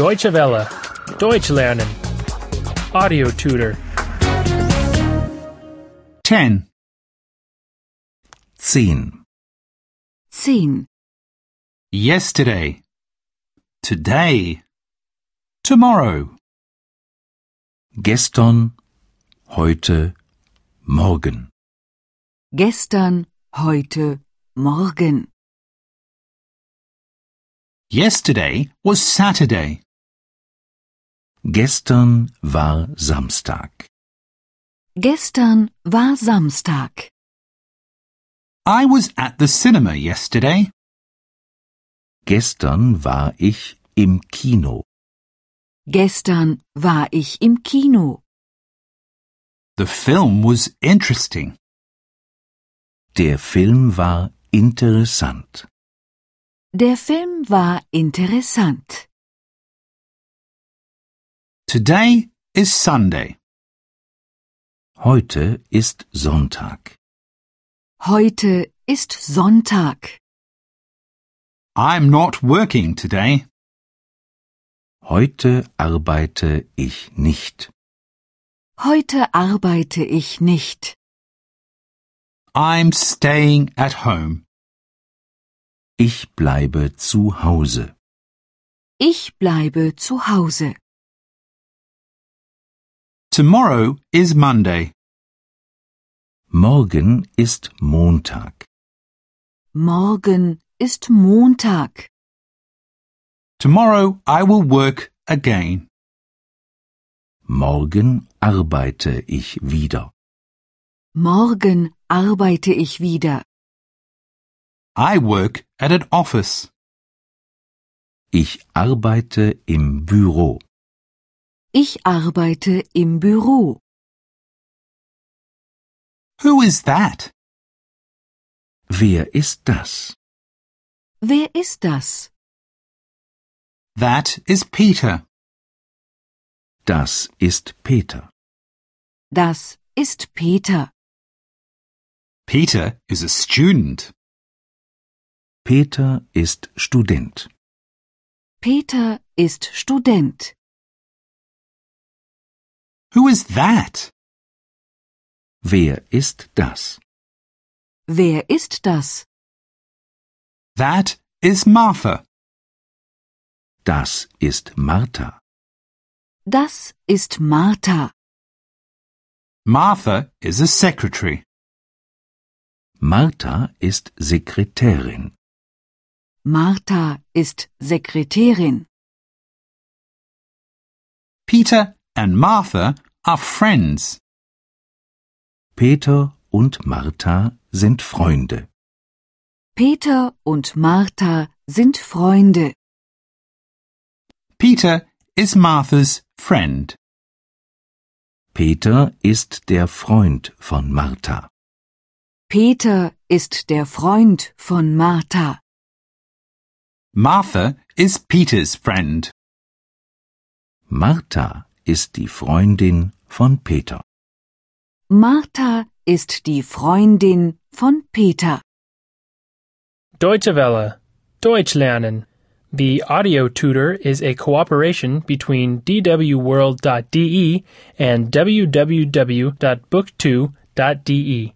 Deutsche Welle. Deutsch lernen. Audio tutor. 10. 10. 10. Yesterday. Today. Tomorrow. Gestern, heute, morgen. Gestern, heute, morgen. Yesterday was Saturday. Gestern war Samstag. Gestern war Samstag. I was at the cinema yesterday. Gestern war ich im Kino. Gestern war ich im Kino. The film was interesting. Der Film war interessant. Der Film war interessant. Today is Sunday. Heute ist Sonntag. Heute ist Sonntag. I'm not working today. Heute arbeite ich nicht. Heute arbeite ich nicht. I'm staying at home. Ich bleibe zu Hause. Ich bleibe zu Hause. Tomorrow is Monday. Morgen ist Montag. Morgen ist Montag. Tomorrow I will work again. Morgen arbeite ich wieder. Morgen arbeite ich wieder. I work at an office. Ich arbeite im Büro. Ich arbeite im Büro. Who is that? Wer ist das? Wer ist das? That is Peter. Das ist Peter. Das ist Peter. Peter is a student. Peter ist Student. Peter ist Student. Who is that? Wer ist das? Wer ist das? That is Martha. Das ist Martha. Das ist Martha. Martha is a secretary. Martha ist Sekretärin. Martha ist Sekretärin. Peter and Martha are friends. Peter und Martha sind Freunde. Peter und Martha sind Freunde. Peter is Martha's friend. Peter ist der Freund von Martha. Peter ist der Freund von Martha. Martha is Peter's friend. Martha ist die Freundin von Peter. Martha ist die Freundin von Peter. Deutsche Welle. Deutsch lernen. The audio tutor is a cooperation between E dwworld.de and www.book2.de.